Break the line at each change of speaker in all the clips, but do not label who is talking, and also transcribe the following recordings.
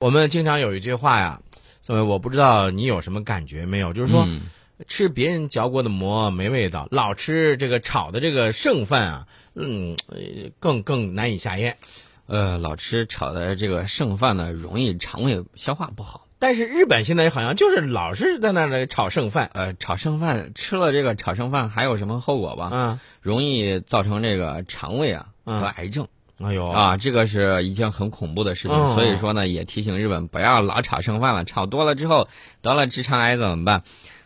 我们经常有一句话呀，所以我不知道你有什么感觉没有，就是说。
嗯
吃别人嚼过的馍没味道，老吃这个炒的这个剩饭啊，嗯，呃更更难以下咽。
呃，老吃炒的这个剩饭呢，容易肠胃消化不好。
但是日本现在好像就是老是在那儿炒剩饭，
呃，炒剩饭吃了这个炒剩饭还有什么后果吧？
啊，
容易造成这个肠胃啊
嗯
得癌症、
哎呦，
啊，这个是一件很恐怖的事情。
哦
所以说呢，也提醒日本不要老炒剩饭了，炒多了之后得了直肠癌怎么办？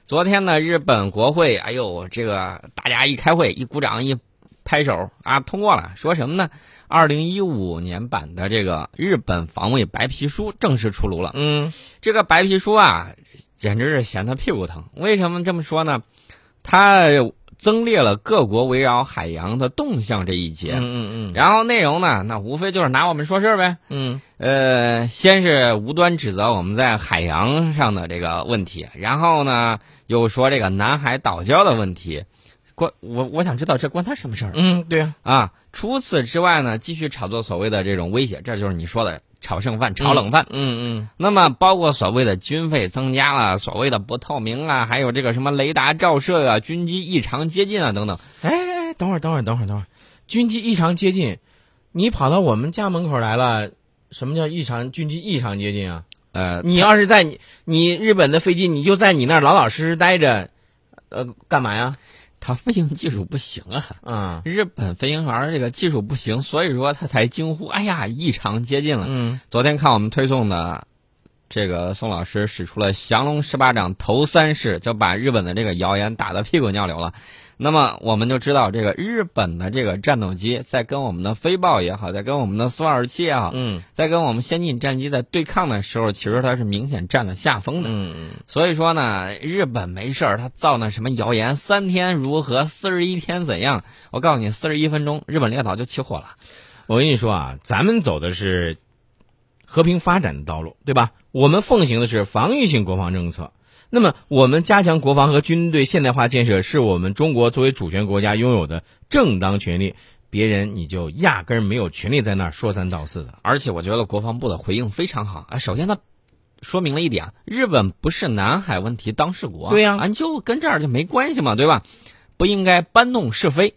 昨天呢，日本国会，哎呦，这个大家一开会一鼓掌一拍手啊，通过了，说什么呢？二零一五年版的这个日本防卫白皮书正式出炉了。
嗯
这个白皮书啊，简直是嫌他屁股疼。为什么这么说呢？它增列了各国围绕海洋的动向这一节，
嗯嗯嗯
然后内容呢，那无非就是拿我们说事儿呗。
嗯
呃，先是无端指责我们在海洋上的这个问题，然后呢又说这个南海岛礁的问题，关我我想知道这关他什么事儿
嗯，对呀、
啊？除此之外呢，继续炒作所谓的这种威胁，这就是你说的炒剩饭、炒冷饭。
嗯嗯
那么，包括所谓的军费增加了，所谓的不透明啊，还有这个什么雷达照射啊、军机异常接近啊等等。
哎哎哎，等会儿等会儿等会儿等会儿，军机异常接近，你跑到我们家门口来了，什么叫异常军机异常接近啊？
呃，
你要是在你你日本的飞机，你就在你那儿老老实实待着，呃，干嘛呀？
它飞行技术不行啊，
啊，
日本飞行员这个技术不行，所以说他才惊呼：“哎呀，异常接近了！”
嗯
昨天看我们推送的，这个宋老师使出了降龙十八掌头三式，就把日本的这个谣言打得屁滚尿流了。那么我们就知道，这个日本的这个战斗机在跟我们的飞豹也好，在跟我们的苏二七也好，
嗯
在跟我们先进战机在对抗的时候，其实它是明显占了下风的。
嗯
所以说呢，日本没事儿，他造那什么谣言，三天如何，四十一天怎样？我告诉你，四十一分钟，日本列岛就起火了。
我跟你说啊，咱们走的是和平发展的道路，对吧？我们奉行的是防御性国防政策。那么，我们加强国防和军队现代化建设，是我们中国作为主权国家拥有的正当权利。别人你就压根儿没有权利在那儿说三道四的。
而且我觉得国防部的回应非常好啊。首先，他说明了一点，啊日本不是南海问题当事国，
对呀
啊，你就跟这儿就没关系嘛，对吧？不应该搬弄是非，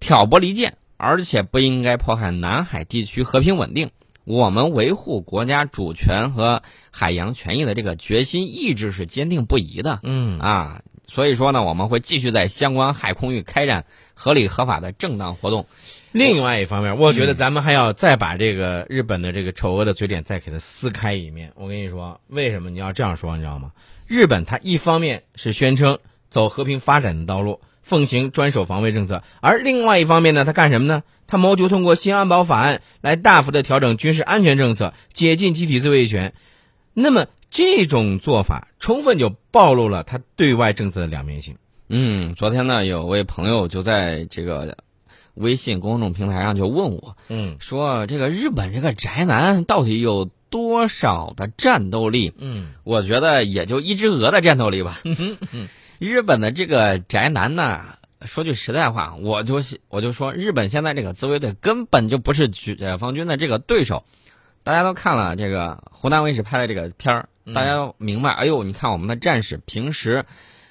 挑拨离间，而且不应该迫害南海地区和平稳定。我们维护国家主权和海洋权益的这个决心意志是坚定不移的
嗯
啊。所以说呢，我们会继续在相关海空域开展合理合法的正当活动。
另外一方面，我觉得咱们还要再把这个日本的这个丑恶的嘴脸再给它撕开一面。我跟你说，为什么你要这样说？你知道吗？日本它一方面是宣称走和平发展的道路，奉行专守防卫政策，而另外一方面呢，它干什么呢？它谋求通过新安保法案来大幅的调整军事安全政策，解禁集体自卫权。那么这种做法，充分就暴露了它对外政策的两面性。
嗯，昨天呢，有位朋友就在这个微信公众平台上就问我
嗯
说：“这个日本这个宅男到底有多少的战斗力？”
嗯
我觉得也就一只鹅的战斗力吧。日本的这个宅男呢，说句实在话，我就是我就说，日本现在这个自卫队根本就不是解解放军的这个对手。大家都看了这个湖南卫视拍的这个片儿，大家都明白，哎呦，你看我们的战士平时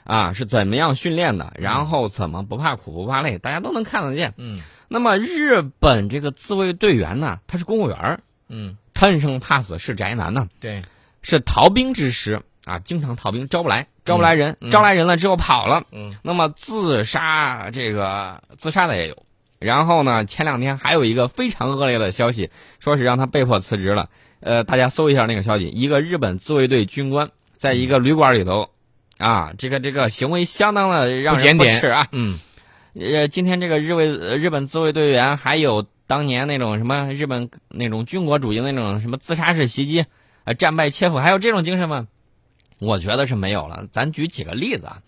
啊是怎么样训练的，然后怎么不怕苦不怕累，大家都能看得见。
嗯
那么日本这个自卫队员呢，他是公务员儿，
嗯，
贪生怕死是宅男呢。
对，
是逃兵之师啊，经常逃兵，招不来，招不来人，
嗯
招来人了之后跑了。
嗯
那么自杀这个自杀的也有。然后呢，前两天还有一个非常恶劣的消息，说是让他被迫辞职了。呃，大家搜一下那个消息，一个日本自卫队军官在一个旅馆里头，啊，这个这个行为相当的让
不检
人不
点
齿啊。
嗯
呃，今天这个日卫呃日本自卫队员，还有当年那种什么日本那种军国主义那种什么自杀式袭击，呃，战败切腹，还有这种精神吗？我觉得是没有了。咱举几个例子啊，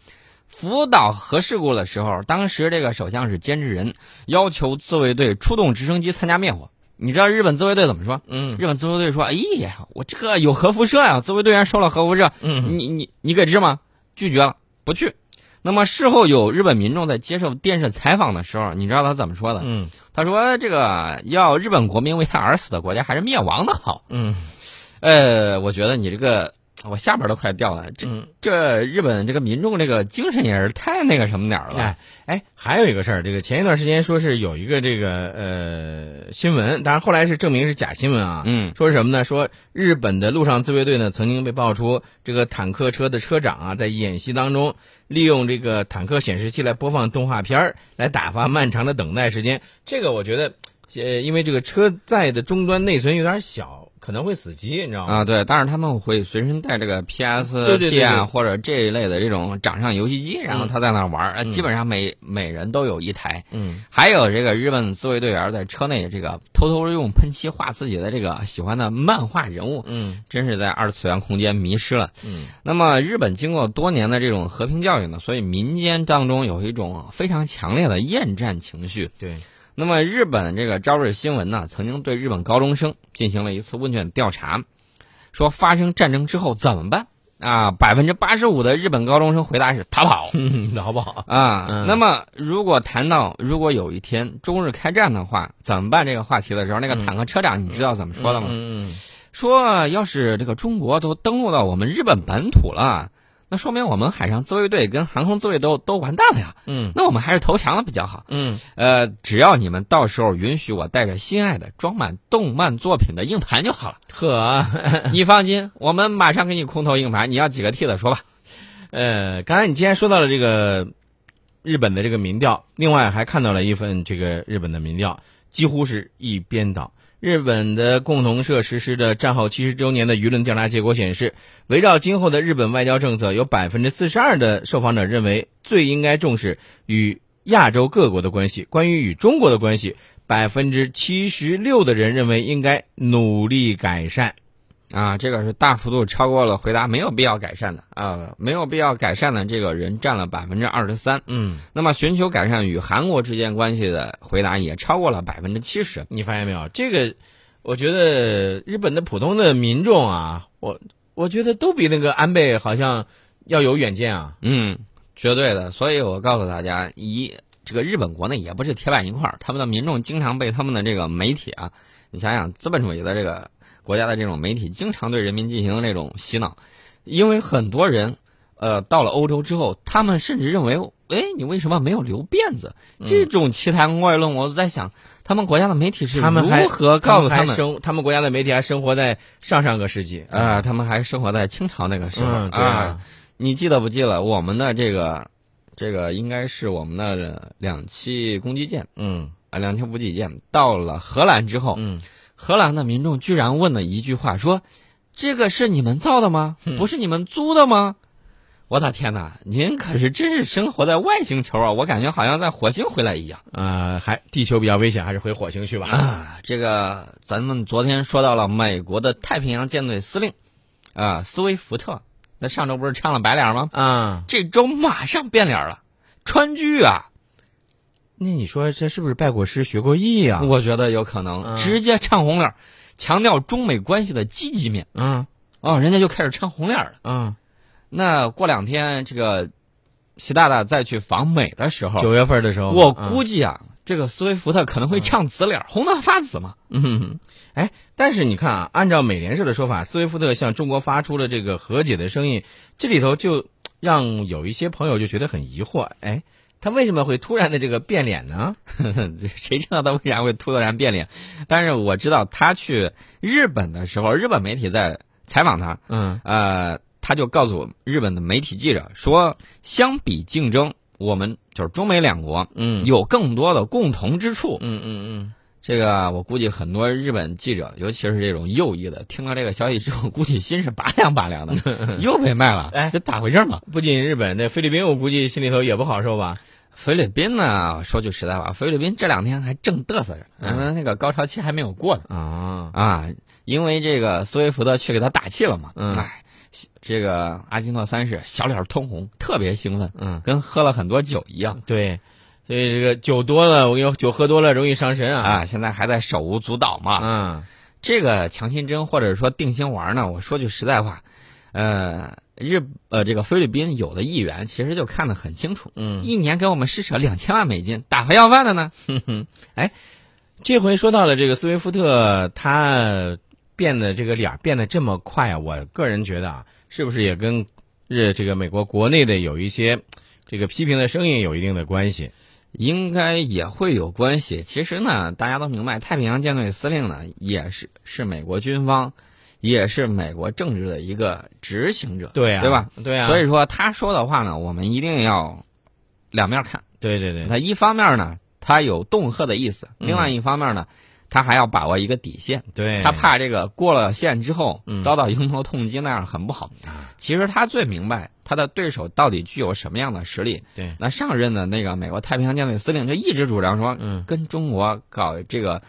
福岛核事故的时候，当时这个首相是菅直人，要求自卫队出动直升机参加灭火。你知道日本自卫队怎么说？
嗯
日本自卫队说：“哎呀，我这个有核辐射呀、自卫队员受了核辐射，
嗯
你你你给治吗？拒绝了，不去。那么事后有日本民众在接受电视采访的时候，你知道他怎么说的？
嗯。
他说：“这个要日本国民为他而死的国家，还是灭亡的好。
嗯”
哎呃，我觉得你这个我下巴都快掉了，这
嗯，
这日本这个民众这个精神也是太那个什么点儿了
哎。哎，还有一个事儿，这个前一段时间说是有一个这个呃新闻，当然后来是证明是假新闻啊。
嗯
说是什么呢？说日本的陆上自卫队呢，曾经被爆出这个坦克车的车长啊，在演习当中利用这个坦克显示器来播放动画片儿，来打发漫长的等待时间。这个我觉得，呃，因为这个车载的终端内存有点小，可能会死机，你知道吗？
啊，对，但是他们会随身带这个 PSP 啊
对对对对
或者这一类的这种掌上游戏机，然后他在那儿玩儿、呃基本上每每人都有一台。
嗯，
还有这个日本自卫队员在车内这个偷偷用喷漆画自己的这个喜欢的漫画人物，
嗯
真是在二次元空间迷失了。
嗯
那么日本经过多年的这种和平教育呢，所以民间当中有一种非常强烈的厌战情绪。
对，
那么日本这个朝日新闻呢，曾经对日本高中生进行了一次问卷调查，说发生战争之后怎么办啊？百分之八十五的日本高中生回答是逃跑。
嗯，好不好？
啊，
嗯
那么如果谈到如果有一天中日开战的话，怎么办这个话题的时候，那个坦克车长你知道怎么说的吗？
嗯
说要是这个中国都登陆到我们日本本土了，那说明我们海上自卫队跟航空自卫都都完蛋了呀。
嗯
那我们还是投降了比较好。
嗯
呃，只要你们到时候允许我带着心爱的装满动漫作品的硬盘就 好了。
嗯，呵啊。
你放心，我们马上给你空投硬盘，你要几个 T 的说吧。
呃，刚才你既然说到了这个日本的这个民调，另外还看到了一份这个日本的民调，几乎是一边倒。日本的共同社实施的战后七十周年的舆论调查结果显示，围绕今后的日本外交政策，有百分之四十二的受访者认为最应该重视与亚洲各国的关系。关于与中国的关系，百分之七十六的人认为应该努力改善。
啊，这个是大幅度超过了回答没有必要改善的啊，没有必要改善的这个人占了百分之二十三。
嗯，
那么寻求改善与韩国之间关系的回答也超过了百分之七十。
你发现没有？这个，我觉得日本的普通的民众啊，我我觉得都比那个安倍好像要有远见啊。
嗯，绝对的。所以我告诉大家，一这个日本国内也不是铁板一块儿，他们的民众经常被他们的这个媒体啊，你想想资本主义的这个国家的这种媒体，经常对人民进行这种洗脑，因为很多人。呃，到了欧洲之后，他们甚至认为，哎，你为什么没有留辫子？这种奇谈怪论，我在想，他们国家的媒体是
他们还
如何告诉他
他
们
还生他们国家的媒体还生活在上上个世纪
啊、他们还生活在清朝那个时候、
嗯，对
啊，你记得不记得我们的这个这个应该是我们的两栖攻击舰
嗯
啊，两栖补给舰到了荷兰之后，
嗯，
荷兰的民众居然问了一句话，说：“这个是你们造的吗？不是你们租的吗？”我的天哪，您可是真是生活在外星球啊！我感觉好像在火星回来一样
啊，还地球比较危险，还是回火星去吧。
啊！这个咱们昨天说到了美国的太平洋舰队司令啊，斯威福特，那上周不是唱了白脸吗？
啊，
这周马上变脸了，川剧啊，
那你说这是不是拜过师学过艺啊？
我觉得有可能、
嗯
直接唱红脸儿，强调中美关系的积极面
嗯
哦，人家就开始唱红脸了。
嗯，
那过两天这个习大大再去访美的时候，
九月份的时候，
我
嗯
估计啊，这个斯威夫特可能会唱紫脸儿，红到发紫嘛。
嗯， 哎，但是你看啊，按照美联社的说法，斯威夫特向中国发出了这个和解的声音，这里头就让有一些朋友就觉得很疑惑，哎，他为什么会突然的这个变脸呢？
谁知道他为啥会突然变脸？但是我知道他去日本的时候，日本媒体在采访他，
嗯
呃，他就告诉日本的媒体记者说，相比竞争，我们就是中美两国
嗯
有更多的共同之处。
嗯嗯
这个我估计很多日本记者，尤其是这种右翼的，听到这个消息之后，估计心是拔凉拔凉的，又被卖了，
嗯哎
这咋回事嘛？
嗯，不仅日本，那菲律宾我估计心里头也不好受吧？
菲律宾呢，说句实在话，菲律宾这两天还正嘚瑟着，嗯，那个高潮期还没有过呢。
啊，
啊，因为这个斯威夫特去给他打气了嘛。
嗯
哎，这个阿基诺三世小脸通红，特别兴奋，
嗯，
跟喝了很多酒一样
对，所以这个酒多了，我跟你说，酒喝多了容易伤神啊。
啊。现在还在手舞足蹈嘛。
啊，
这个强心针或者说定心丸呢，我说句实在话，呃，日呃这个菲律宾有的议员其实就看得很清楚，
嗯，
一年给我们施舍两千万美金打发要饭的呢。
这回说到了这个斯威夫特，他变得这个脸儿变得这么快啊，我个人觉得啊，是不是也跟日这个美国国内的有一些这个批评的声音有一定的关系？
应该也会有关系。其实呢，大家都明白，太平洋舰队司令呢，也是是美国军方，也是美国政治的一个执行者，
对
对
啊，
吧？？
对啊，
所以说他说的话呢，我们一定要两面看。
对对对，
他一方面呢，他有恫吓的意思；，
嗯
另外一方面呢，他还要把握一个底线。
对
他怕这个过了线之
哎
后
嗯啊
遭到迎头痛击，那样很不好。其实他最明白他的对手到底具有什么样的实力。
对
那上任的那个美国太平洋舰队司令就一直主张说，
嗯
跟中国搞这个，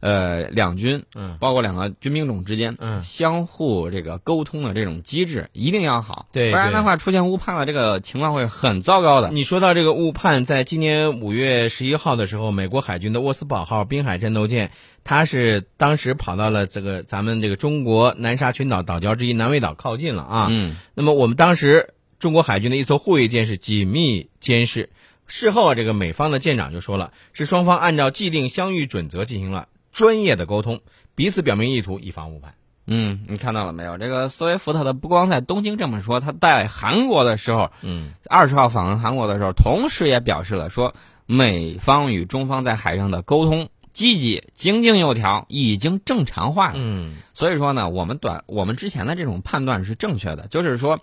呃，两军
嗯
包括两个军兵种之间
嗯
相互这个沟通的这种机制一定要好，
对
不然
对
的话出现误判了，这个情况会很糟糕的。
你说到这个误判，在今年五月十一号的时候，美国海军的沃斯堡号滨海战斗舰，它是当时跑到了这个咱们这个中国南沙群岛岛礁之一南威岛靠近了啊。
嗯，
那么我们当时中国海军的一艘护卫舰是紧密监视。事后啊，这个美方的舰长就说了，是双方按照既定相遇准则进行了专业的沟通，彼此表明意图，以防误判。
嗯，你看到了没有？这个斯威夫特他不光在东京这么说，他在韩国的时候，
嗯，
二十号访问韩国的时候，同时也表示了说，美方与中方在海上的沟通积极、井井有条，已经正常化了。
嗯，
所以说呢，我们短我们之前的这种判断是正确的，就是说，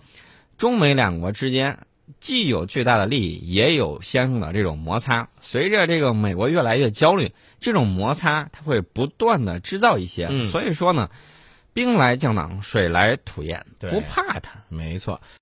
中美两国之间既有巨大的利益，也有相应的这种摩擦。随着这个美国越来越焦虑，这种摩擦它会不断的制造一些。
嗯
所以说呢，兵来将挡，水来土掩，
对
不怕它。
没错。